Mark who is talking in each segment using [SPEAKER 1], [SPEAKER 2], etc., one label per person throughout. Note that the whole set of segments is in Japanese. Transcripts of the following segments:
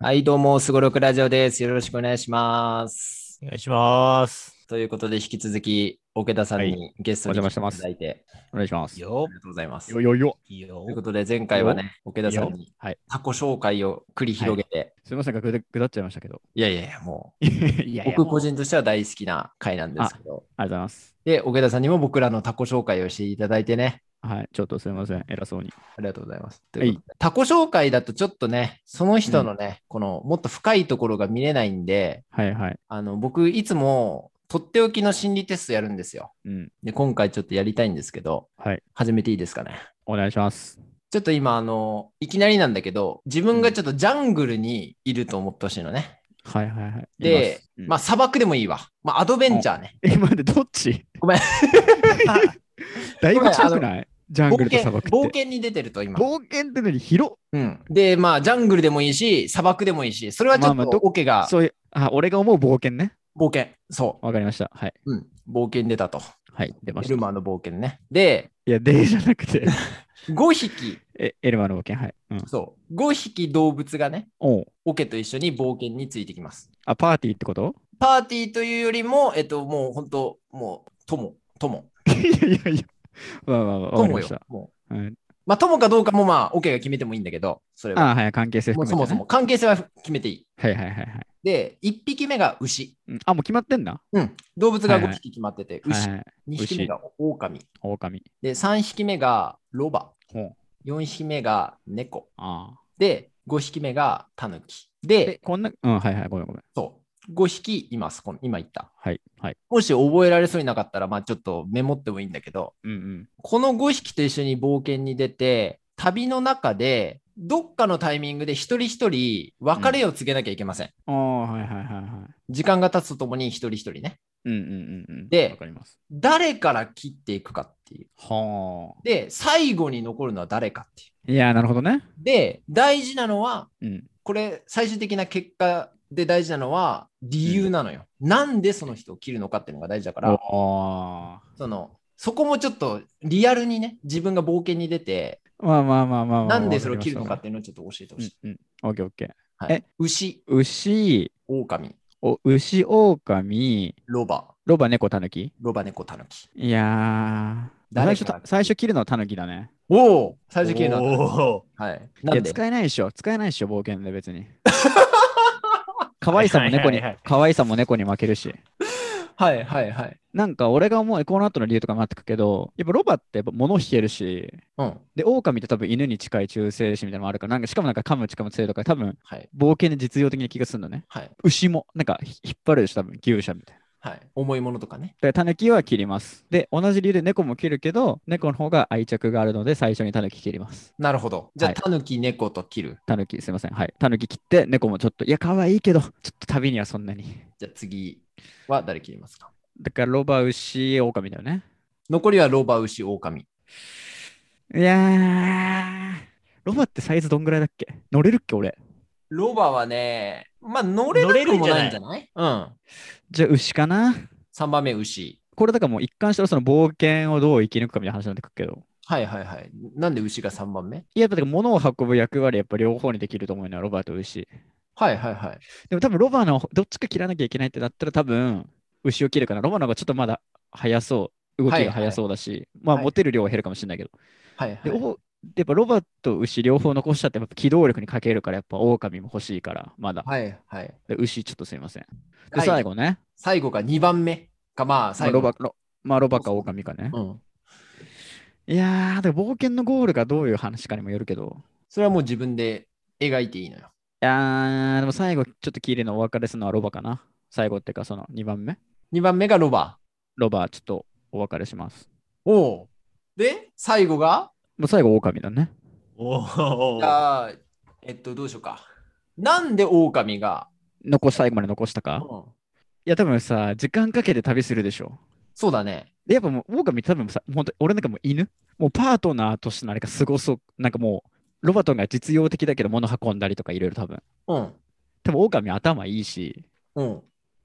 [SPEAKER 1] はい、どうも、すごろくラジオです。よろしくお願いします。
[SPEAKER 2] お願いします。
[SPEAKER 1] ということで、引き続き、奥田さん
[SPEAKER 2] は
[SPEAKER 1] にゲストに
[SPEAKER 2] お邪魔
[SPEAKER 1] 来
[SPEAKER 2] してて
[SPEAKER 1] いた
[SPEAKER 2] ます
[SPEAKER 1] だいて、
[SPEAKER 2] お願いします。
[SPEAKER 1] あ
[SPEAKER 2] よ
[SPEAKER 1] りがとうございます。と
[SPEAKER 2] よ
[SPEAKER 1] い
[SPEAKER 2] よよ。
[SPEAKER 3] いいよ。
[SPEAKER 1] うことで、前回はね、奥田さんに
[SPEAKER 2] はい。
[SPEAKER 1] タコ紹介を繰り広げて、
[SPEAKER 2] すみません、ぐだぐだっちゃいましたけど。
[SPEAKER 1] いやいやいや、も
[SPEAKER 2] いや
[SPEAKER 1] う、僕個人としては大好きな回なんですけど、
[SPEAKER 2] ありがとうございます。
[SPEAKER 1] で、奥田さんにも僕らのタコ紹介をしていただいてね、
[SPEAKER 2] はい。ちょっとすみません、偉そうに。
[SPEAKER 1] ありがとうございます。と
[SPEAKER 2] はい
[SPEAKER 1] いうことでタコ紹介だとちょっとね、その人のね、このもっと深いところが見れないんで、
[SPEAKER 2] はいはい。
[SPEAKER 1] あの僕いつもとっておきの心理テストやるんですよ。
[SPEAKER 2] うん。
[SPEAKER 1] で今回ちょっとやりたいんですけど、
[SPEAKER 2] はい。
[SPEAKER 1] 始めていいですかね。
[SPEAKER 2] お願いします。
[SPEAKER 1] ちょっと今あのいきなりなんだけど自分がちょっとジャングルにいると思ってほしいのね。
[SPEAKER 2] はいはいはい。
[SPEAKER 1] で
[SPEAKER 2] 言い
[SPEAKER 1] まあ
[SPEAKER 2] ます、
[SPEAKER 1] 砂漠でもいいわ。まあアドベンチャーね。
[SPEAKER 2] うんえ、待って、どっち
[SPEAKER 1] ごめん。
[SPEAKER 2] だいぶ違くないジャン
[SPEAKER 1] 冒
[SPEAKER 2] グルと
[SPEAKER 1] 険
[SPEAKER 2] 砂漠って。
[SPEAKER 1] 冒険に出てると今。
[SPEAKER 2] 冒険ってのに広
[SPEAKER 1] うん、でまあジャングルでもいいし砂漠でもいいしそれはちょっ
[SPEAKER 2] まあまあ
[SPEAKER 1] と
[SPEAKER 2] ど
[SPEAKER 1] オケが
[SPEAKER 2] そういう、あ、俺が思う冒険ね。
[SPEAKER 1] 冒険。そ
[SPEAKER 2] わかりました。はい。
[SPEAKER 1] う。うん。冒険に出たと。
[SPEAKER 2] はい。出ま
[SPEAKER 1] エ
[SPEAKER 2] し
[SPEAKER 1] ル
[SPEAKER 2] た。
[SPEAKER 1] マーの冒険ね。で
[SPEAKER 2] いや、でじゃなくて、
[SPEAKER 1] 5匹
[SPEAKER 2] えエルマの冒険。はい。うん。
[SPEAKER 1] そう5匹動物がね
[SPEAKER 2] おう
[SPEAKER 1] オケと一緒に冒険についてきます。
[SPEAKER 2] あ、パーティーってこと
[SPEAKER 1] パーティーというよりも、えっと、もう本当、もう、友、友、
[SPEAKER 2] いやいやいや。まあまあまあ、わかり
[SPEAKER 1] 友
[SPEAKER 2] ま
[SPEAKER 1] よ
[SPEAKER 2] した。。
[SPEAKER 1] もう
[SPEAKER 2] うん、
[SPEAKER 1] まあ、友かどうかも、まあ、オケが決めてもいいんだけど、それは。
[SPEAKER 2] ああはい、関係性
[SPEAKER 1] も
[SPEAKER 2] 含
[SPEAKER 1] う
[SPEAKER 2] め
[SPEAKER 1] そ
[SPEAKER 2] て、ね。
[SPEAKER 1] もそも、関係性は決めていい。
[SPEAKER 2] はいはいはいはい。
[SPEAKER 1] で、1匹目が牛。
[SPEAKER 2] うんあ、もう決まってんだ。
[SPEAKER 1] うん。動物が
[SPEAKER 2] はいは
[SPEAKER 1] 5
[SPEAKER 2] い
[SPEAKER 1] 匹決まってて、
[SPEAKER 2] はいはい。
[SPEAKER 1] 牛。2匹目が狼。
[SPEAKER 2] 狼。
[SPEAKER 1] で、3匹目がロバ。
[SPEAKER 2] ほう。
[SPEAKER 1] 4匹目が猫。
[SPEAKER 2] あ
[SPEAKER 1] で、5匹目がタヌキ。
[SPEAKER 2] あ。え
[SPEAKER 1] で、、
[SPEAKER 2] こんな、うん、はいはい、ごめんごめん。
[SPEAKER 1] そう。5匹います、この今言った。
[SPEAKER 2] はいはい。
[SPEAKER 1] もし覚えられそうになかったら、まあ、ちょっとメモってもいいんだけど、
[SPEAKER 2] うんうん。
[SPEAKER 1] この5匹と一緒に冒険に出て、旅の中で、どっかのタイミングで一人一人別れを告げなきゃいけません。
[SPEAKER 2] ああ、はいはいはいはい。
[SPEAKER 1] 時間が経つとともに一人一人ね。
[SPEAKER 2] うんうんうんうん。
[SPEAKER 1] で
[SPEAKER 2] わかります。
[SPEAKER 1] 誰から切っていくかっていう。
[SPEAKER 2] はあ。
[SPEAKER 1] で、最後に残るのは誰かっていう。
[SPEAKER 2] いやー、なるほどね。
[SPEAKER 1] で、大事なのは、
[SPEAKER 2] うん。
[SPEAKER 1] これ、最終的な結果で大事なのは、理由なのよ。なんでその人を切るのかっていうのが大事だから、
[SPEAKER 2] ああ。
[SPEAKER 1] その、そこもちょっとリアルにね、自分が冒険に出て、
[SPEAKER 2] まあまあまあまあまあま
[SPEAKER 1] な
[SPEAKER 2] あ。
[SPEAKER 1] んでそれを切るのかっ
[SPEAKER 2] わ
[SPEAKER 1] ていうのをちょっと教えてほ
[SPEAKER 2] りま
[SPEAKER 1] しい。
[SPEAKER 2] した。うんうん。オッケーオッケー。
[SPEAKER 1] は
[SPEAKER 2] え
[SPEAKER 1] い、牛、
[SPEAKER 2] 牛、
[SPEAKER 1] 狼、
[SPEAKER 2] お牛、狼、
[SPEAKER 1] ロバ、
[SPEAKER 2] ロバ、猫、タヌキ。
[SPEAKER 1] ロバネコタヌキ。
[SPEAKER 2] いやー。
[SPEAKER 1] 誰
[SPEAKER 2] 最
[SPEAKER 1] か
[SPEAKER 2] 初た、最初切るのはタヌキだね。
[SPEAKER 1] おお最初系なの。
[SPEAKER 3] お
[SPEAKER 1] はい。
[SPEAKER 2] い
[SPEAKER 1] な
[SPEAKER 2] や
[SPEAKER 1] んで
[SPEAKER 2] 使えないでしょ使えないでしょ冒険で別 に可愛さも猫
[SPEAKER 3] はいはい
[SPEAKER 2] に
[SPEAKER 3] はいはい
[SPEAKER 2] 可愛さも猫に負けるし
[SPEAKER 1] はいはいはい。
[SPEAKER 2] なんか俺が思うこの後の理由とか待ってくけどやっぱロバってやっぱ物を引けるし
[SPEAKER 1] うん。
[SPEAKER 2] で狼って多分犬に近い忠誠心みたいなのもあるからなんかしかもなんか噛む力も強いとか多分
[SPEAKER 1] はい。
[SPEAKER 2] 冒険で実用的な気がするんだね
[SPEAKER 1] はい。
[SPEAKER 2] 牛もなんかひ引っ張るでしょ多分牛舎みたいな
[SPEAKER 1] はい。重いものとかね。
[SPEAKER 2] でタヌキは切りますで同じ理由で猫も切るけど猫の方が愛着があるので最初にタヌキ切ります
[SPEAKER 1] なるほど。じゃあ、
[SPEAKER 2] はい
[SPEAKER 1] タヌキ、猫と切る。
[SPEAKER 2] タヌキすいませんはいタヌキ切って猫もちょっといや可愛いけどちょっと旅にはそんなに
[SPEAKER 1] じゃあ次は誰切りますか
[SPEAKER 2] だからロバ、牛、オオカミだよね。
[SPEAKER 1] 残りはロバ、牛、狼。
[SPEAKER 2] いやー、ロバってサイズどんぐらいだっけ乗れるっけ俺。
[SPEAKER 1] ロバはね、まあ乗れなくもないんじゃないうん。
[SPEAKER 2] じゃあ牛かな
[SPEAKER 1] 3番目、牛。
[SPEAKER 2] これだからもう一貫したその冒険をどう生き抜くかみたいな話になってくるけど。
[SPEAKER 1] はいはいはい。なんで牛が3番目
[SPEAKER 2] いや、やっぱだから物を運ぶ役割やっぱ両方にできると思うのはロバと牛。
[SPEAKER 1] はいはいはい。
[SPEAKER 2] でも多分ロバのどっちか切らなきゃいけないってなったら多分牛を切るかな。ロバの方がちょっとまだ早そう。動きが早そうだし、まあ
[SPEAKER 1] はい
[SPEAKER 2] 持てる量は減るかもしれないけど。
[SPEAKER 1] はい
[SPEAKER 2] で、
[SPEAKER 1] はい。
[SPEAKER 2] おでやっぱロバと牛両方残したってやっぱ機動力に欠けるからやっぱ狼も欲しいからまだ。
[SPEAKER 1] はいはい。
[SPEAKER 2] で牛ちょっとすいません。で、
[SPEAKER 1] はい
[SPEAKER 2] 最後ね、
[SPEAKER 1] 最後が2番目か、まあ
[SPEAKER 2] まあ、
[SPEAKER 1] 最後。
[SPEAKER 2] ロバロまあ、ロバかオオカミかね。
[SPEAKER 1] うん。
[SPEAKER 2] いやー、でも冒険のゴールがどういう話かにもよるけど、
[SPEAKER 1] それはもう自分で描いていいのよ。
[SPEAKER 2] いやー、でも最後ちょっと綺麗なお別れするのはロバかな。最後っていうか、その2番目。
[SPEAKER 1] 2番目がロバ。
[SPEAKER 2] ロバ、ちょっとお別れします。
[SPEAKER 1] おお。で、最後が
[SPEAKER 2] もう最後、オオカミだね。
[SPEAKER 3] お
[SPEAKER 1] じゃあ、えっと、どうしようか。なんで狼が、
[SPEAKER 2] 残す最後まで残したか。いや、多分さ、時間かけて旅するでしょ。
[SPEAKER 1] そうだね。
[SPEAKER 2] で、やっぱもう、オオカミ多分さ、本当俺なんかもう犬もうパートナーとしてのあれがすごそう。なんかもう、ロバとが実用的だけど、物運んだりとかいろいろ多分。
[SPEAKER 1] うん。
[SPEAKER 2] でも、オオカミ頭いいし、
[SPEAKER 1] うん。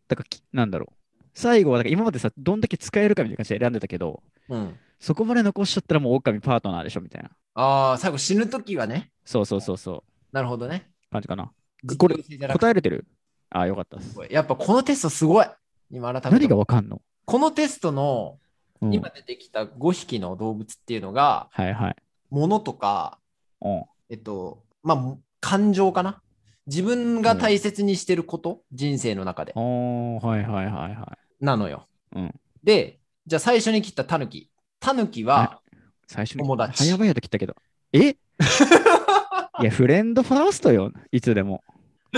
[SPEAKER 2] だからき、なんだろう。最後は、だから今までさ、どんだけ使えるかみたいな感じで選んでたけど、
[SPEAKER 1] うん。
[SPEAKER 2] そこまで残しちゃったらもう狼パートナーでしょみたいな。
[SPEAKER 1] ああ、最後死ぬときはね。
[SPEAKER 2] そうそうそうそう。
[SPEAKER 1] なるほどね。
[SPEAKER 2] 感じかな。これ
[SPEAKER 1] 実用性じゃなくて
[SPEAKER 2] 答えれてるああ、よかったです。
[SPEAKER 1] やっぱこのテストすごい今改め
[SPEAKER 2] 何
[SPEAKER 1] て
[SPEAKER 2] がわかんの、
[SPEAKER 1] このテストの
[SPEAKER 2] うん
[SPEAKER 1] 今出てきた5匹の動物っていうのが、
[SPEAKER 2] はいはい。
[SPEAKER 1] ものとか、
[SPEAKER 2] うん
[SPEAKER 1] えっと、まあ、感情かな。自分が大切にしてること、人生の中で。
[SPEAKER 2] おー、はいはいはいはい。
[SPEAKER 1] なのよ。
[SPEAKER 2] うん
[SPEAKER 1] で、じゃあ最初に切ったタヌキ。タヌキは、
[SPEAKER 2] 最初に
[SPEAKER 1] 友達
[SPEAKER 2] 早々と来たけど。え いや、フレンドファーストよ、いつでも。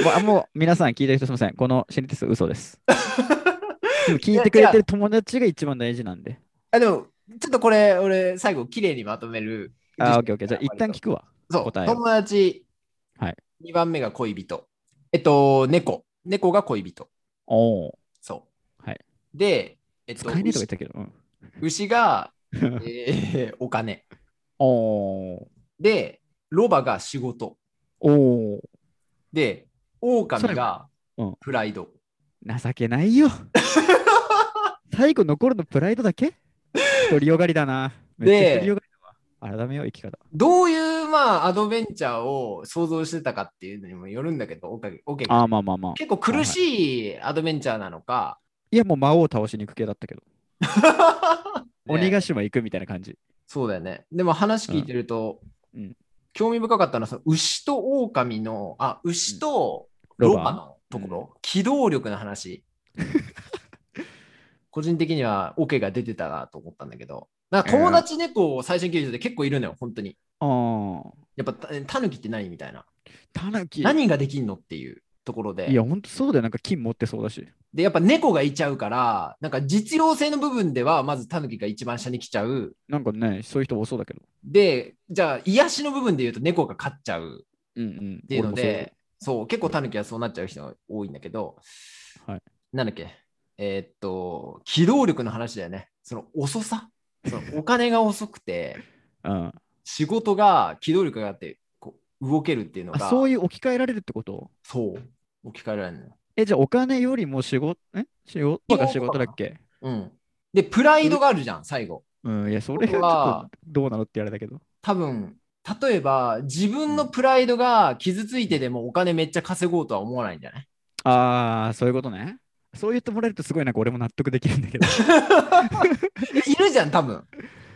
[SPEAKER 2] わもう皆さん聞いた人すみません。この心理テスト嘘です。 でも聞いてくれてる友達が一番大事なんで。
[SPEAKER 1] あでも、ちょっとこれ、俺、最後、綺麗にまとめる。
[SPEAKER 2] あー、オッケーオッケー。じゃあ一旦聞くわ。
[SPEAKER 1] そう、
[SPEAKER 2] 答えを
[SPEAKER 1] 友達、
[SPEAKER 2] はい
[SPEAKER 1] 2番目が恋人。えっと、猫。猫が恋人。
[SPEAKER 2] おお。
[SPEAKER 1] そう。
[SPEAKER 2] はい
[SPEAKER 1] で、えっと、
[SPEAKER 2] 使えねえとか言ったけど。うん
[SPEAKER 1] 牛 が、えーお金。
[SPEAKER 2] おお
[SPEAKER 1] で、ロバが仕事。
[SPEAKER 2] ー。おお。
[SPEAKER 1] で、狼が
[SPEAKER 2] それうん
[SPEAKER 1] プライド。
[SPEAKER 2] 情けない よ。最後残るのプライドだけ独りよがりだな。めっちゃ
[SPEAKER 1] で
[SPEAKER 2] 独りよがりだわ。改めよう、生き方。
[SPEAKER 1] どういう、まあ、アドベンチャーを想像してたかっていうのにもよるんだけど、オケオケ
[SPEAKER 2] ああ、まあまあまあ。
[SPEAKER 1] 結構苦しいアドベンチャーなのか、
[SPEAKER 2] いや、もう魔王を倒しに行く系だったけど。
[SPEAKER 1] ね
[SPEAKER 2] 鬼ヶ島行くみたいな感じ。
[SPEAKER 1] そうだよね。でも話聞いてると、
[SPEAKER 2] うんうん
[SPEAKER 1] 興味深かったのはその牛と狼の、あ、牛と
[SPEAKER 2] うん
[SPEAKER 1] ロバのところ、機動力の 話。個人的にはオケが出てたなと思ったんだけど、なんか友達猫を最初に聞いてて結構いるのよ、本当に。
[SPEAKER 2] ああ。
[SPEAKER 1] やっぱたタヌキって何みたいな。
[SPEAKER 2] タヌキ。
[SPEAKER 1] 何ができんのっていうところで。
[SPEAKER 2] いや、ほんとそうだよ。なんか金持ってそうだし。
[SPEAKER 1] で、やっぱ猫がいちゃうから、なんか実用性の部分では、まずタヌキが一番下に来ちゃう。
[SPEAKER 2] なんかね、そういう人多そうだけど。
[SPEAKER 1] で、じゃあ、癒しの部分で言うと猫が勝っちゃう。
[SPEAKER 2] うんうん。って
[SPEAKER 1] いうので、そう、結構タヌキはそうなっちゃう人が多いんだけど、
[SPEAKER 2] はい
[SPEAKER 1] なんだっけ、えーっと、機動力の話だよね。その遅さ、そのお金が遅く て、
[SPEAKER 2] うん、
[SPEAKER 1] 仕事が機動力があってこう動けるっていうの
[SPEAKER 2] あ
[SPEAKER 1] が、
[SPEAKER 2] そう
[SPEAKER 1] いう
[SPEAKER 2] いう置き換えられるってこと
[SPEAKER 1] そう置き換えられるのよ。
[SPEAKER 2] え、じゃあお金よりも仕事、え仕事が仕事だっけ
[SPEAKER 1] うん。で、プライドがあるじゃん、最後。
[SPEAKER 2] うん、いや、それがちょっとどうなのってあれだけど。
[SPEAKER 1] 多分例えば、自分のプライドが傷ついてでもお金めっちゃ稼ごうとは思わないんじゃない
[SPEAKER 2] ああ、そういうことね。そう言ってもらえるとすごいなんか俺も納得できるんだけ ど。
[SPEAKER 1] いやいるじゃん、多分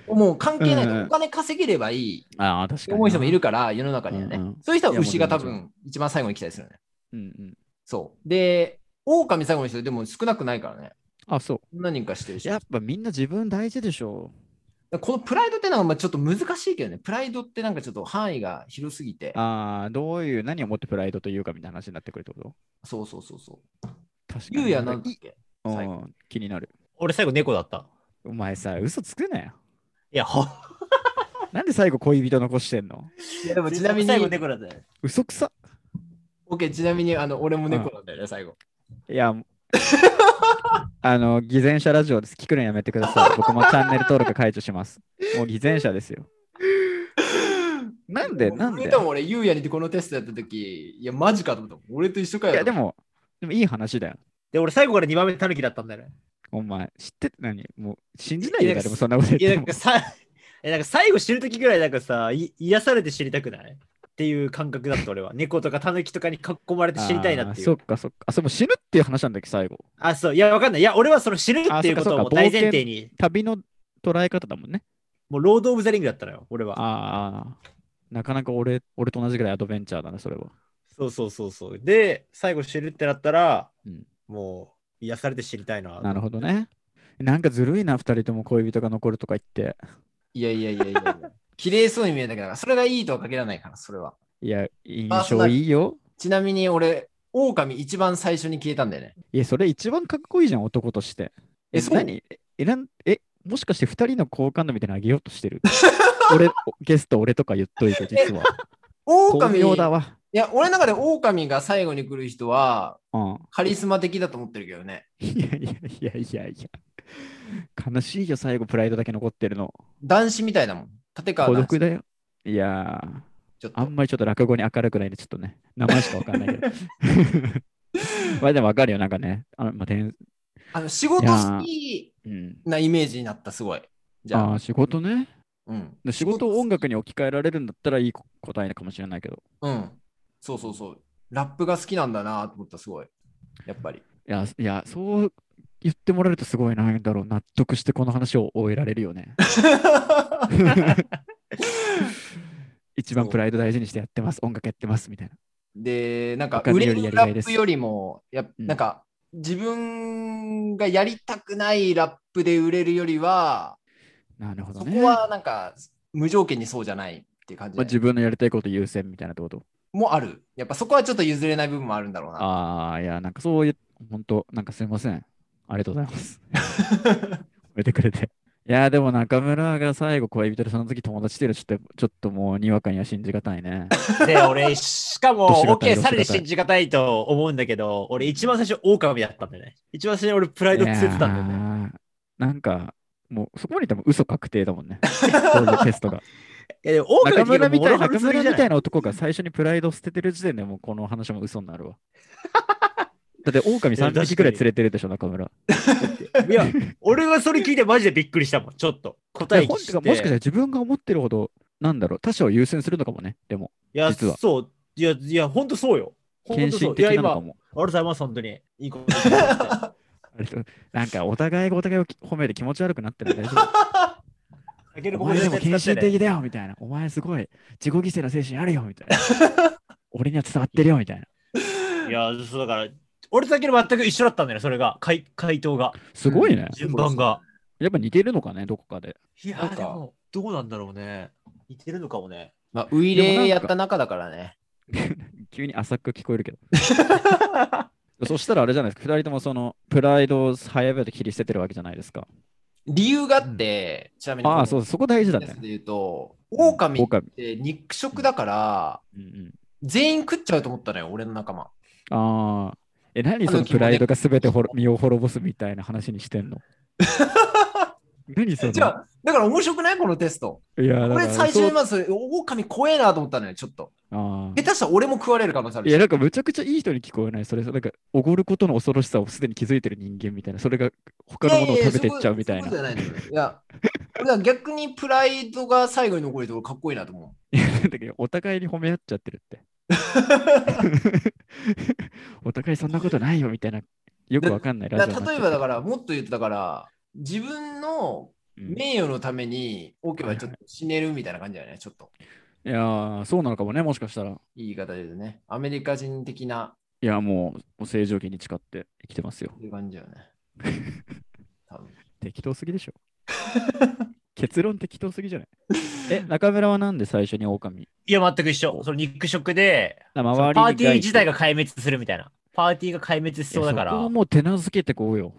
[SPEAKER 1] もう関係ない、
[SPEAKER 2] うん
[SPEAKER 1] お金稼げればいい。
[SPEAKER 2] ああ、確かに。
[SPEAKER 1] 思う人もいる。から、世の中にはね。
[SPEAKER 2] うんうん
[SPEAKER 1] そういう人は牛が多
[SPEAKER 2] いや
[SPEAKER 1] 分一番最後に来たりするね。
[SPEAKER 2] うんうん。
[SPEAKER 1] そう。で、狼最後の人でも少なくないからね。
[SPEAKER 2] あそう。
[SPEAKER 1] 何人かしてるし。
[SPEAKER 2] やっぱみんな自分大事でしょ。
[SPEAKER 1] このプライドってのはまあちょっと難しいけどね。プライドってなんかちょっと範囲が広すぎて。
[SPEAKER 2] ああ、どういう、何をもってプライドというかみたいな話になってくるってこと
[SPEAKER 1] そうそうそうそう。
[SPEAKER 2] 確か
[SPEAKER 1] ゆ
[SPEAKER 2] に。
[SPEAKER 1] うやなんだっ
[SPEAKER 2] い
[SPEAKER 1] け
[SPEAKER 2] う
[SPEAKER 1] 最
[SPEAKER 2] ん、気になる。
[SPEAKER 3] 俺最後猫だった。
[SPEAKER 2] お前さ、嘘つくなよ。
[SPEAKER 3] い や、ほ
[SPEAKER 2] なんで最後恋人残してんの
[SPEAKER 1] いやでもちなみに、
[SPEAKER 3] 最後猫だったよ。
[SPEAKER 2] 嘘くさ。
[SPEAKER 1] オッケーちなみにあの俺も猫なんだよね、最後。
[SPEAKER 2] いや、あの、偽善者ラジオです。聞くのやめてくだ さい。僕もチャンネル登録解除します。もう偽善者ですよ。なんで、
[SPEAKER 1] もう
[SPEAKER 2] なん
[SPEAKER 1] ふ
[SPEAKER 2] で
[SPEAKER 1] とも俺、ゆうやにこのテストやった時、いや、マジかと思った。俺と一緒かよ。
[SPEAKER 2] いや、でも、でもいい話だよ。
[SPEAKER 3] で、俺最後から2番目タヌキだったんだよね。
[SPEAKER 2] お前、知ってて何もう信じないよ、
[SPEAKER 3] いや
[SPEAKER 2] 誰もそんなこと言っ
[SPEAKER 3] いや、
[SPEAKER 2] て
[SPEAKER 3] なん
[SPEAKER 2] も
[SPEAKER 3] か。さ、 えなんか最後知るときぐらいなんかさ、い癒されて知りたくないっていう感覚だった俺は。猫とかタヌキとかに囲まれて知りたいなってい
[SPEAKER 2] あーそうっ。かそっか。あ、それもう死ぬっていう話なんだっけ、最後。
[SPEAKER 3] あそう。いや、わかんない。いや、俺はその知るっていうこ
[SPEAKER 2] あそう
[SPEAKER 3] と
[SPEAKER 2] か
[SPEAKER 3] を
[SPEAKER 2] そうか
[SPEAKER 3] もう大前提に、
[SPEAKER 2] 旅の捉え方だもんね。
[SPEAKER 3] もうロード・オブ・ザ・リングだったのよ、俺は。
[SPEAKER 2] ああ、なかなか俺、俺と同じぐらいアドベンチャーだね、それは。
[SPEAKER 3] そうそうそうそう。で、最後知るってなったら、
[SPEAKER 2] うん
[SPEAKER 3] もう癒されて知りたいな。
[SPEAKER 2] なるほどね。なんかずるいな、二人とも恋人が残るとか言って。
[SPEAKER 1] いやいやいやいやいや。綺麗そうに見えたけど、それがいいとは限らないから、それは。
[SPEAKER 2] いや、印
[SPEAKER 1] パーソナ
[SPEAKER 2] 象
[SPEAKER 1] ル
[SPEAKER 2] いいよ。
[SPEAKER 1] ちなみに俺、狼一番最初に消えたんだよね。
[SPEAKER 2] いや、それ一番かっこいいじゃん、男として。
[SPEAKER 1] えそう
[SPEAKER 2] 何えなんえ、もしかして二人の好感度みたいなの上げようとしてる俺、ゲスト俺とか言っと いて、実は。
[SPEAKER 1] 狼
[SPEAKER 2] 巧
[SPEAKER 1] い
[SPEAKER 2] 妙だわ。
[SPEAKER 1] や、俺の中で狼が最後に来る人は
[SPEAKER 2] うん。
[SPEAKER 1] カリスマ的だと思ってるけどね。
[SPEAKER 2] いやいやいやいやいや。悲しいよ、最後、プライドだけ残ってるの。
[SPEAKER 1] 男子みたいだもん。立川
[SPEAKER 2] 孤
[SPEAKER 1] 談
[SPEAKER 2] 独
[SPEAKER 1] 志
[SPEAKER 2] だよ。いやー、
[SPEAKER 1] ちょっと
[SPEAKER 2] あんまりちょっと落語に明るくないんで、ちょっとね、名前しかわかんない けど。 まあでもわかるよ、なんかね。あのまあ、てん
[SPEAKER 1] あの仕事好き
[SPEAKER 2] うん、
[SPEAKER 1] なイメージになった、すごい。じ
[SPEAKER 2] あ
[SPEAKER 1] ゃ
[SPEAKER 2] あ
[SPEAKER 1] あ、
[SPEAKER 2] ー、仕事ね。
[SPEAKER 1] うん
[SPEAKER 2] で仕事を音楽に置き換えられるんだったらいい答えかもしれないけど。
[SPEAKER 1] うん。そうそうそう。ラップが好きなんだなと思った、すごい。やっぱ り。
[SPEAKER 2] いや、いや、そう言ってもらえるとすごいなんだろう、納得してこの話を終えられる よね。一番プライド大事にしてやってます、音楽やってますみたいな。
[SPEAKER 1] で、なんか、
[SPEAKER 2] 他の
[SPEAKER 1] 売れ
[SPEAKER 2] より
[SPEAKER 1] る
[SPEAKER 2] やりが
[SPEAKER 1] ラ
[SPEAKER 2] いで
[SPEAKER 1] ッ
[SPEAKER 2] す
[SPEAKER 1] プよりも、やっ
[SPEAKER 2] うん
[SPEAKER 1] なんか、自分がやりたくないラップで売れるよりは、
[SPEAKER 2] なるほど
[SPEAKER 1] そ
[SPEAKER 2] ね。
[SPEAKER 1] こはなんか、無条件にそうじゃないっていう感じ
[SPEAKER 2] まあ、自分のやりたいこと優先みたいなってこと。
[SPEAKER 1] もある。やっぱそこはちょっと譲れない部分もあるんだろうな。
[SPEAKER 2] ああ、いや、なんかそういう、本当なんかすいません。ありがとうございます。見てくれて。いや、でも中村が最後恋人でその時友達っていうのはちょっと、ちょっともうにわかには信じがたいね。
[SPEAKER 3] で、俺、しかも、
[SPEAKER 2] どしがたい
[SPEAKER 3] OK、
[SPEAKER 2] どしがたい
[SPEAKER 3] さらに信じがたいと思うんだけど、俺、一番最初、狼だったんだよね。一番最初に俺、プライドつせてたんだよね。
[SPEAKER 2] いやーなんか、もうそこまで多分嘘確定だもん ね。そういうテストが。
[SPEAKER 3] いや、でも狼
[SPEAKER 2] 中村みたいな、
[SPEAKER 3] 中
[SPEAKER 2] 中
[SPEAKER 3] 村
[SPEAKER 2] 村
[SPEAKER 3] み
[SPEAKER 2] み
[SPEAKER 3] た
[SPEAKER 2] た
[SPEAKER 3] い
[SPEAKER 2] いな男が最初にプライドを捨ててる時点でもうこの話も嘘になる わ。だって狼
[SPEAKER 3] いや
[SPEAKER 2] 3
[SPEAKER 3] 確
[SPEAKER 2] 匹
[SPEAKER 3] か
[SPEAKER 2] くらい
[SPEAKER 3] に
[SPEAKER 2] 連れてるでしょ、中村。
[SPEAKER 3] な。いや、俺はそれ聞いてマジでびっくりしたもん、ちょっと。答え
[SPEAKER 2] いや
[SPEAKER 3] 聞
[SPEAKER 2] 本
[SPEAKER 3] い
[SPEAKER 2] 当
[SPEAKER 3] て。
[SPEAKER 2] かもしかしたら自分が思ってるほど、なんだろう、他者を優先するのかもね。でも、
[SPEAKER 3] いや、
[SPEAKER 2] 実は
[SPEAKER 3] そう。いや、いや、本当そうよ。
[SPEAKER 2] 献
[SPEAKER 3] 本当
[SPEAKER 2] 身
[SPEAKER 3] そう。いや、
[SPEAKER 2] 的なの
[SPEAKER 3] 今、あ
[SPEAKER 2] かも。
[SPEAKER 3] りがとうございます、本当に。いいこと言ってもらって。
[SPEAKER 2] あれなんかお互いがお互いを褒めて気持ち悪くなってる大丈 夫
[SPEAKER 3] あげる
[SPEAKER 2] お
[SPEAKER 3] ここ
[SPEAKER 2] 前
[SPEAKER 3] で
[SPEAKER 2] でも献
[SPEAKER 3] 使
[SPEAKER 2] 身
[SPEAKER 3] ってね。
[SPEAKER 2] 的だよみたいな。お前すごい自己犠牲の精神あるよみたい な。俺には伝わってるよみたいな。
[SPEAKER 3] いや、そうだから、俺とだけ全く一緒だったんだよね、それが。回回答が。
[SPEAKER 2] すごいね。
[SPEAKER 3] 順番が。
[SPEAKER 2] やっぱ似てるのかね、どこかで。
[SPEAKER 3] いや
[SPEAKER 1] なんか
[SPEAKER 3] でも、どうなんだろうね。似てるのかもね。
[SPEAKER 1] まあ、ウイ
[SPEAKER 2] でもなん
[SPEAKER 1] レ
[SPEAKER 2] か
[SPEAKER 1] やった中だからね。
[SPEAKER 2] 急に浅く聞こえるけど。 そしたらあれじゃないですか、2人ともそのプライドを早々と切り捨ててるわけじゃないですか。
[SPEAKER 1] 理由があって、ちなみに、
[SPEAKER 2] ああ、そう、そこ大事だ
[SPEAKER 1] や
[SPEAKER 2] ね
[SPEAKER 1] つ。で言うと、狼っ
[SPEAKER 2] 狼
[SPEAKER 1] て肉食だから、
[SPEAKER 2] うんうん、
[SPEAKER 1] 全員食っちゃうと思ったのよ、俺の仲間。
[SPEAKER 2] ああ。え、何
[SPEAKER 1] あの
[SPEAKER 2] そのプライドが全てほろ身を滅ぼすみたいな話にして んの何その
[SPEAKER 1] じゃあ、だから面白くないこのテスト。
[SPEAKER 2] いや、だ
[SPEAKER 1] こ
[SPEAKER 2] か
[SPEAKER 1] れ
[SPEAKER 2] ら
[SPEAKER 1] 最初
[SPEAKER 2] そう
[SPEAKER 1] にまず、狼怖えなと思ったのよ、ちょっと。
[SPEAKER 2] あ
[SPEAKER 1] 下手したら俺も食われる可能性あ
[SPEAKER 2] あ。
[SPEAKER 1] る
[SPEAKER 2] い
[SPEAKER 1] し
[SPEAKER 2] や、なんかむちゃくちゃいい人に聞こえない。それ、なんか、おごることの恐ろしさをすでに気づいてる人間みたいな。それが他のものを食べてっちゃうみたいな。
[SPEAKER 1] いやいやそういうことそういうことじゃないのよいや、俺は逆にプライドが最後に残ると俺かっこいいなと思う。
[SPEAKER 2] だけどお互いに褒め合っちゃってるって。お互いそんなことないよみたいな。よくわかんないラ
[SPEAKER 1] だ
[SPEAKER 2] ジオ
[SPEAKER 1] か
[SPEAKER 2] に
[SPEAKER 1] ら
[SPEAKER 2] なっ
[SPEAKER 1] 例え
[SPEAKER 2] ちゃ
[SPEAKER 1] ば
[SPEAKER 2] って
[SPEAKER 1] だから、もっと言うとだから、自分の
[SPEAKER 2] うんい
[SPEAKER 1] 名誉のために、オーケーはちょっと死ねるみたいな感じだよね、ちょっと。
[SPEAKER 2] やー、そうなのかもね、もしかしたら。い
[SPEAKER 1] いい言い方で言うとね。アメリカ人的な、
[SPEAKER 2] や、もう、もう正常期に誓って生きてますよ。
[SPEAKER 1] っていう感じだよ ね。多分
[SPEAKER 2] 適当すぎでしょ。結論適当すぎじゃないえ、中村はなんで最初に狼
[SPEAKER 3] いや、全く一緒。その肉食で、
[SPEAKER 2] な
[SPEAKER 3] そ
[SPEAKER 2] 周
[SPEAKER 3] の
[SPEAKER 2] り
[SPEAKER 3] パーティー自体
[SPEAKER 2] が
[SPEAKER 3] が壊滅するみたいな。パーティーが壊滅しそうだか
[SPEAKER 2] いやそこ
[SPEAKER 3] ら
[SPEAKER 2] は、もう手なずけてこうよ。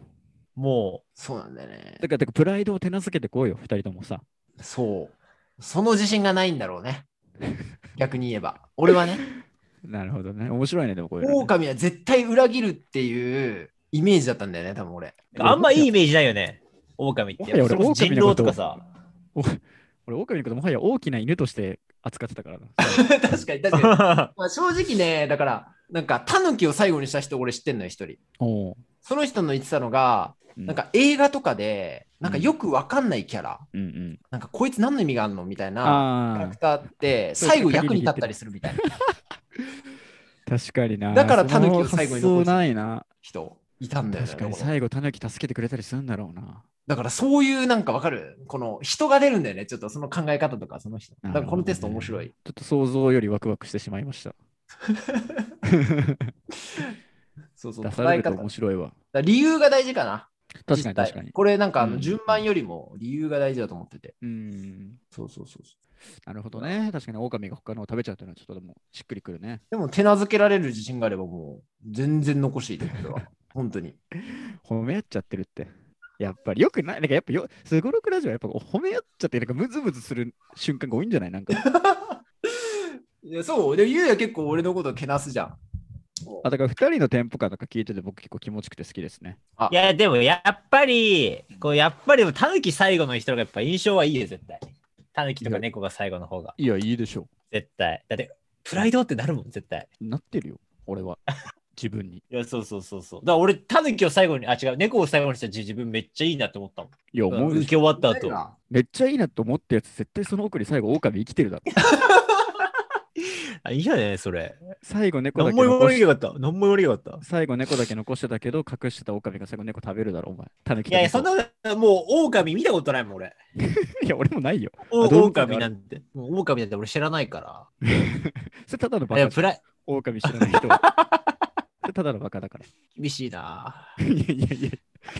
[SPEAKER 3] も
[SPEAKER 1] そうなんだよね
[SPEAKER 2] だ。から、だからプライドを手なずけてこうよ、二人ともさ。
[SPEAKER 1] そう。その自信がないんだろう ね。逆に言えば。俺はね、
[SPEAKER 2] なるほどね。面白いね、でもこういうのね、
[SPEAKER 1] 狼は絶対裏切るっていうイメージだったんだよね、多分俺。
[SPEAKER 3] う、あんまいいイメージないよね。狼って。
[SPEAKER 2] いや俺
[SPEAKER 3] それこそ人
[SPEAKER 2] 狼のこ
[SPEAKER 3] 狼
[SPEAKER 2] と
[SPEAKER 3] とかさ。
[SPEAKER 2] 俺、狼のこともはや大きな犬として扱ってたからな。
[SPEAKER 1] 確かに、確かに。 まあ正直ね、だから、なんか、タヌキを最後にした人、俺知ってんのよ、一人。
[SPEAKER 2] おう
[SPEAKER 1] その人の言ってたのが、
[SPEAKER 2] うん
[SPEAKER 1] なんか映画とかで、なんかよくわかんないキャラ、
[SPEAKER 2] うんうん。
[SPEAKER 1] なんかこいつ何の意味があるのみたいなキャラ
[SPEAKER 2] あ
[SPEAKER 1] クターって、
[SPEAKER 2] そうそう
[SPEAKER 1] 最後役に立ったりするみたいな
[SPEAKER 2] あ、確かにな。
[SPEAKER 1] だから
[SPEAKER 2] その
[SPEAKER 1] 狸を最後に残
[SPEAKER 2] 発想
[SPEAKER 1] す
[SPEAKER 2] ないな。
[SPEAKER 1] 人、いたんだよね。
[SPEAKER 2] 確かに
[SPEAKER 1] だから
[SPEAKER 2] 最後、タヌキ助けてくれたりするんだろうな。
[SPEAKER 1] だからそういうなんかわかるこの人が出るんだよね。ちょっとその考え方とか、その人。だからこのテスト面白い。
[SPEAKER 2] ちょっと想像よりワクワクしてしまいました。
[SPEAKER 1] そうそう。
[SPEAKER 2] 出
[SPEAKER 1] 捉
[SPEAKER 2] され
[SPEAKER 1] え
[SPEAKER 2] ると
[SPEAKER 1] 方。
[SPEAKER 2] 面白いわ。
[SPEAKER 1] だから理由が大事かな。
[SPEAKER 2] 確かに
[SPEAKER 1] 実際
[SPEAKER 2] 確かに。
[SPEAKER 1] これなんかあ
[SPEAKER 2] う
[SPEAKER 1] の
[SPEAKER 2] ん
[SPEAKER 1] 順番よりも理由が大事だと思ってて。
[SPEAKER 2] うん。
[SPEAKER 1] そうそうそうそう。
[SPEAKER 2] なるほどね。確かに狼が他のを食べちゃうというのはちょっとでもしっくりくるね。
[SPEAKER 1] でも手なずけられる自信があればもう全然残していいと思う これは本当に。
[SPEAKER 2] 褒め合っちゃってるって。やっぱりよくない。なんかやっぱよ、すごろくラジオはやっぱ褒め合っちゃって、なんかムズムズする瞬間が多いんじゃないなんか。
[SPEAKER 1] いやそう。で、ゆうや結構俺のことけなすじゃん。
[SPEAKER 2] あ、だから2人のテンポ感とか聞いてて僕結構気持ちよくて好きですね。
[SPEAKER 3] いや、でもやっぱり、こうやっぱり、タヌキ最後の人がやっぱ印象はいいよ、絶対。タヌキとか猫が最後の方が、
[SPEAKER 2] いや、いいでしょ
[SPEAKER 3] 絶対。だって、プライドってなるもん、絶対。
[SPEAKER 2] う。なってるよ、俺 は。自分に。
[SPEAKER 3] いや、そうそうそうそう。だから俺、タヌキを最後に、あ、違う、猫を最後にした自自分めっちゃいいなって思ったもん。
[SPEAKER 2] いや、思う
[SPEAKER 3] 受
[SPEAKER 2] でしょ。
[SPEAKER 3] け終わった後。
[SPEAKER 1] な
[SPEAKER 2] めっちゃいいなと思ったやつ、絶対その奥に最後、狼生きてるだろ。
[SPEAKER 3] あいいやね、それ。
[SPEAKER 2] 最後猫だ
[SPEAKER 3] 何
[SPEAKER 2] け
[SPEAKER 3] も
[SPEAKER 2] 残
[SPEAKER 3] 言わなきゃ
[SPEAKER 2] し
[SPEAKER 3] よかった。何も言わなきゃよかっ
[SPEAKER 2] 最後猫だけ残してたけど、隠してた狼が最後猫食べるだろ、お前。タヌ
[SPEAKER 3] た。
[SPEAKER 2] キ
[SPEAKER 3] いやいや、そんなこと、もう、狼見たことないもん、俺。
[SPEAKER 2] いや、俺もないよ。
[SPEAKER 3] お
[SPEAKER 2] あ動物
[SPEAKER 3] 狼なんて、もう狼なんて俺知らないか
[SPEAKER 2] それただのバ
[SPEAKER 3] ら。いや、
[SPEAKER 2] カ
[SPEAKER 3] プライ、
[SPEAKER 2] 狼知らない人は。 それただのバカだから。
[SPEAKER 3] 厳しいな。
[SPEAKER 2] いやいやいや、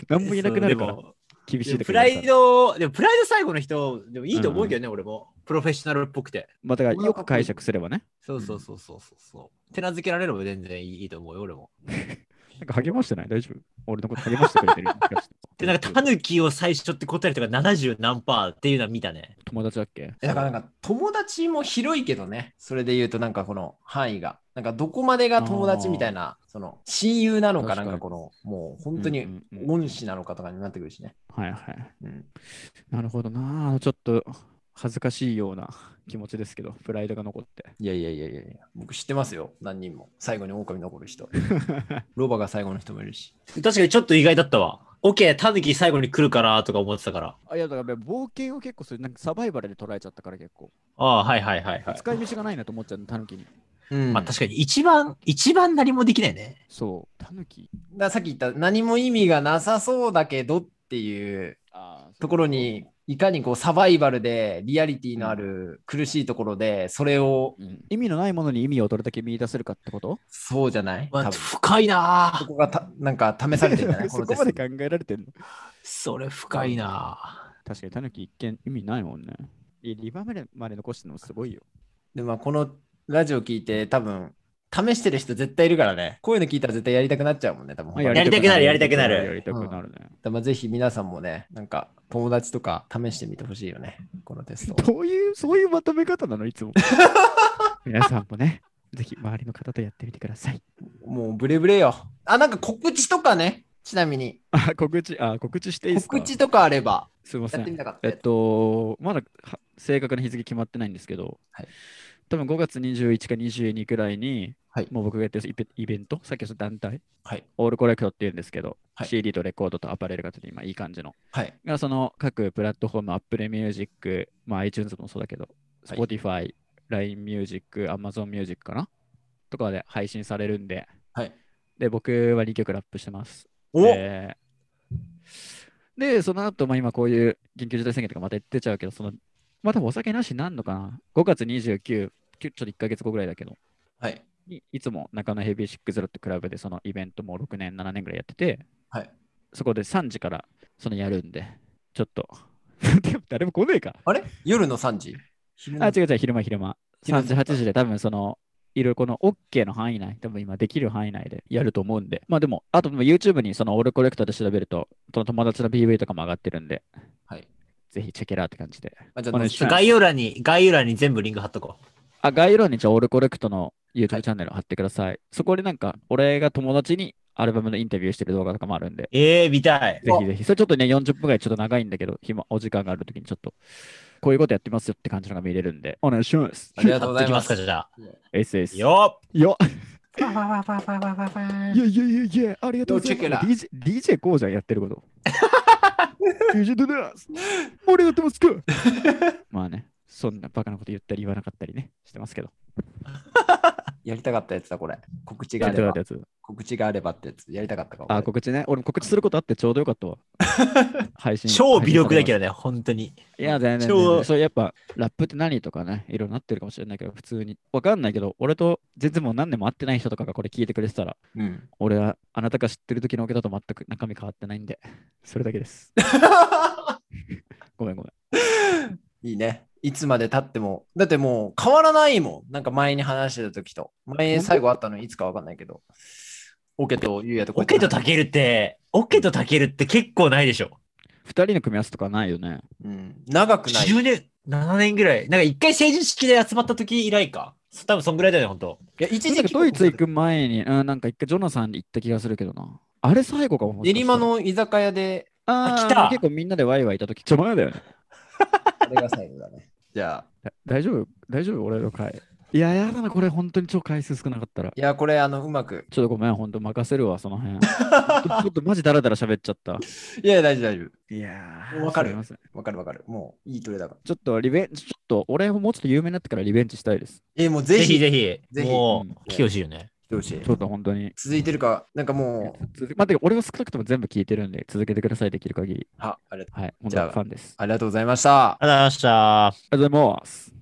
[SPEAKER 2] 何もいなくなるから
[SPEAKER 3] そうで、も
[SPEAKER 2] 厳しいだけ
[SPEAKER 3] プライド、でもプライド最後の人、でもいいと思うけどね、俺も。プロフェッショナルっぽくて。
[SPEAKER 2] まあ、だからよく解釈すればね。
[SPEAKER 3] そうそうそうそうそうそう。手なずけられれば全然いいと思うよ、俺も。
[SPEAKER 2] なんか励ましてない大丈夫俺のこと励ましてくれてる。もしかして
[SPEAKER 3] で、なんか、タヌキを最初って答えるとか70何パーっていうのは見たね。
[SPEAKER 2] 友達だっけ
[SPEAKER 1] えだからなんか友達も広いけどね、それで言うとなんかこの範囲が、なんかどこまでが友達みたいな、その親友なのか、な
[SPEAKER 2] 確か
[SPEAKER 1] んか
[SPEAKER 2] に
[SPEAKER 1] この、もう本当に
[SPEAKER 2] うんうんうん
[SPEAKER 1] 恩師なのかとかになってくるしね。
[SPEAKER 2] はいはい。
[SPEAKER 1] うん
[SPEAKER 2] なるほどなあ。ちょっと恥ずかしいような 気持ちですけど、プライドが残って。
[SPEAKER 1] いやいやいやいやいや、僕知ってますよ、何人も。最後に狼残る人。ロバが最後の人もいるし。
[SPEAKER 3] 確かにちょっと意外だったわ。オッケー、タヌキ最後に来るかなとか思ってたから。
[SPEAKER 2] あいや、だから冒険を結構する、なんかサバイバルで捉えちゃったから結構。
[SPEAKER 3] ああ、はいはいはいはい。
[SPEAKER 2] 使い道がないなと思っちゃうの、タヌキに。
[SPEAKER 1] うん
[SPEAKER 3] まあ確かに一番、一番何もできないね。
[SPEAKER 2] そう、タヌキ
[SPEAKER 1] だからさっき言った何も意味がなさそうだけどっていう
[SPEAKER 2] あ
[SPEAKER 1] ところにいかにこうサバイバルでリアリティのある苦しいところでそれを
[SPEAKER 2] 意味のないものに意味をどれだけ見出せるかってこと
[SPEAKER 1] そうじゃない
[SPEAKER 3] ま
[SPEAKER 1] 多
[SPEAKER 3] あ、
[SPEAKER 1] 分
[SPEAKER 3] 深いな
[SPEAKER 1] そ
[SPEAKER 3] ぁ
[SPEAKER 1] こがたなんか試されてるんじゃな い
[SPEAKER 2] そこまで
[SPEAKER 1] こ
[SPEAKER 2] 考
[SPEAKER 1] のテ
[SPEAKER 2] えられてるの
[SPEAKER 3] それ深いなぁ
[SPEAKER 2] 確かにタヌキ一見意味ないもんね。いやリバーまでまで残してるのもすごいよ。
[SPEAKER 1] ストで、まあ、このラジオ聞いて多分試してる人絶対いるからねこういうの聞いたら絶対やりたくなっちゃうもんね多分、
[SPEAKER 3] やりたくなるやりたくなる
[SPEAKER 2] やりたくなるね。
[SPEAKER 1] だからまあぜひ皆さんもねなんか友達とか試してみてほしいよねこのテストを
[SPEAKER 2] どういう、そういうまとめ方なのいつ も。皆さんもね、ぜひ周りの方とやってみてください。
[SPEAKER 1] もうブレブレよあなんか告知とかねちなみに
[SPEAKER 2] あ、告知、あ、告知していいですか
[SPEAKER 1] 告知とかあれば
[SPEAKER 2] すいませ
[SPEAKER 1] やってみ
[SPEAKER 2] ん。
[SPEAKER 1] たかった
[SPEAKER 2] え
[SPEAKER 1] や
[SPEAKER 2] っ
[SPEAKER 1] つ
[SPEAKER 2] と、まだは正確な日付決まってないんですけど、
[SPEAKER 1] はい
[SPEAKER 2] 多分5月21か22くらいに、
[SPEAKER 1] はい
[SPEAKER 2] もう僕がやってるイベイベント、さっきの団体、
[SPEAKER 1] はい
[SPEAKER 2] オールコレクトっていうんですけど、
[SPEAKER 1] はい
[SPEAKER 2] CD とレコードとアパレルがちょっと今いい感じの
[SPEAKER 1] はい
[SPEAKER 2] がその各プラットフォーム、Apple Music、まあ、iTunes もそうだけど、
[SPEAKER 1] はい
[SPEAKER 2] Spotify、LINE Music、Amazon Music かなとかで配信されるんで、
[SPEAKER 1] はい
[SPEAKER 2] で、僕は2曲ラップしてます。
[SPEAKER 3] お
[SPEAKER 2] で、でその後、まあ今こういう緊急事態宣言とかまた言ってちゃうけど、その、まあ多分お酒なしになんのかな ?5 月29、きゅちょっと1ヶ月後ぐらいだけど、
[SPEAKER 1] はい
[SPEAKER 2] いいつも中野ヘビーシックゼロってクラブでそのイベントも6年、7年ぐらいやってて、
[SPEAKER 1] はい
[SPEAKER 2] そこで3時からそのやるんで、ちょっと。 でも誰も来ねえか。
[SPEAKER 1] あれ夜の3時昼の
[SPEAKER 2] あ、違う違う、昼間昼間。
[SPEAKER 1] 昼間
[SPEAKER 2] 3時、8時で多分その、いろいろこの OK の範囲内、多分今できる範囲内でやると思うんで。まあでも、あと YouTube にそのオールコレクターで調べると、その友達の PV とかも上がってるんで、
[SPEAKER 1] はい
[SPEAKER 2] ぜひチェケラーって感じで。
[SPEAKER 1] あじゃ
[SPEAKER 2] お
[SPEAKER 1] あ
[SPEAKER 2] 願
[SPEAKER 1] 載
[SPEAKER 2] い
[SPEAKER 1] せ
[SPEAKER 2] し
[SPEAKER 1] ちゃ
[SPEAKER 2] ま
[SPEAKER 1] う
[SPEAKER 2] す
[SPEAKER 3] 概要欄に、概要欄に全部リンク貼っとこう。
[SPEAKER 2] あ、概要欄にじゃあオールコレクトの
[SPEAKER 1] は
[SPEAKER 2] YouTube
[SPEAKER 1] い
[SPEAKER 2] チャンネル貼ってください。そこでなんか、俺が友達にアルバムのインタビューしてる動画とかもあるんで、
[SPEAKER 3] ええ見たい。
[SPEAKER 2] ぜひぜひ。それちょっとね、40分ぐらいちょっと長いんだけど、暇、お時間があるときにちょっと、こういうことやってますよって感じのが見れるんで、お願いします。
[SPEAKER 1] ありがとうござ
[SPEAKER 3] 貼っと
[SPEAKER 1] い
[SPEAKER 3] き
[SPEAKER 1] ま
[SPEAKER 3] ますすか、じゃあ。
[SPEAKER 2] エスエス。
[SPEAKER 3] よっ
[SPEAKER 2] よ
[SPEAKER 1] パパパパパパパパーン
[SPEAKER 2] いやいやいやいや、ありがとうござ
[SPEAKER 1] よ
[SPEAKER 2] い
[SPEAKER 1] チェケラ
[SPEAKER 2] ます。DJ、DJ こうじゃんやってること。DJ どうです俺やってますかまあね、そんなバカなこと言ったり言わなかったりね、してますけど。
[SPEAKER 1] やりたかったやつだ、これ。告知が
[SPEAKER 2] や
[SPEAKER 1] あ
[SPEAKER 2] って
[SPEAKER 1] れ
[SPEAKER 2] なか
[SPEAKER 1] ば
[SPEAKER 2] った。やつ。
[SPEAKER 1] 告知があればってやつ。やりたかったかも。
[SPEAKER 2] あ、告知ね。俺も告知することあってちょうどよかったわ。配信。
[SPEAKER 3] 超微力だけ
[SPEAKER 2] ど。
[SPEAKER 3] どね、本当に。
[SPEAKER 2] いや、全然
[SPEAKER 3] 超
[SPEAKER 2] 全然。そうやっぱ、ラップって何とかね、いろいろなってるかもしれないけど、普通に。わかんないけど、俺と全然もう何年も会ってない人とかがこれ聞いてくれてたら、
[SPEAKER 1] うん。
[SPEAKER 2] 俺はあなたが知ってる時のオケだと全く中身変わってないんで、それだけです。ごめんごめん。
[SPEAKER 1] いいね。いつまで経っても。だってもう変わらないもん。なんか前に話してた時と。前最後あったのいつかわかんないけど。オケとユウヤとこう
[SPEAKER 3] オ
[SPEAKER 1] やって
[SPEAKER 3] ケとタケルって、オケとタケルって結構ないでしょ。
[SPEAKER 2] 二人の組み合わせとかないよね。
[SPEAKER 1] うん。長くない。
[SPEAKER 3] 10年、7年ぐらい。なんか一回成人式で集まった時以来か。そ多分そんぐらいだよね、本当。
[SPEAKER 1] いや、一
[SPEAKER 2] なん
[SPEAKER 1] 時
[SPEAKER 2] か
[SPEAKER 1] 期
[SPEAKER 2] ドイツ行く前に、うん、なんか一回ジョナサンに行った気がするけどな。あれ最後かも。もしか
[SPEAKER 1] 練
[SPEAKER 2] したら
[SPEAKER 1] 馬、の居酒屋で、
[SPEAKER 2] あー
[SPEAKER 3] 来た
[SPEAKER 2] 結構みんなでワイワイいた時、ちょ、前だよね。
[SPEAKER 1] あれが最後だね。じゃあ、
[SPEAKER 2] 大丈夫大丈夫俺の回。いや、やだな、これ本当に超回数少なかったら。
[SPEAKER 1] いや、これ、あの、うまく。
[SPEAKER 2] ちょっとごめん、本当任せるわ、そ の辺。ちょっとマジダラダラ喋っちゃった。
[SPEAKER 1] いやいや、大丈夫、大丈
[SPEAKER 2] いや
[SPEAKER 1] ーわかる
[SPEAKER 2] すいません
[SPEAKER 1] 夫。わかるわかる。もう、いいトレだから。
[SPEAKER 2] ちょっとリベンジ、ちょっと俺ももうちょっと有名になってからリベンジしたいです。
[SPEAKER 1] えー、もうぜ
[SPEAKER 3] ぜ
[SPEAKER 1] ひ、
[SPEAKER 3] ひ
[SPEAKER 1] ぜ
[SPEAKER 3] ぜひ、
[SPEAKER 1] ぜひ
[SPEAKER 3] も
[SPEAKER 2] うん
[SPEAKER 3] う、来てほしいよね。
[SPEAKER 1] ひ、しい
[SPEAKER 2] ちょっと本当に。
[SPEAKER 1] 続いてるか、なんかもう、
[SPEAKER 2] 続まあ、てか俺は少なくとも全部聞いてるんで、続けてください、できる限り。
[SPEAKER 1] あありがとう
[SPEAKER 2] はい、本
[SPEAKER 1] じゃあ
[SPEAKER 2] 当ファンです。
[SPEAKER 1] ありがとうございました。
[SPEAKER 3] ありがとうございました。
[SPEAKER 2] ありがとうございます。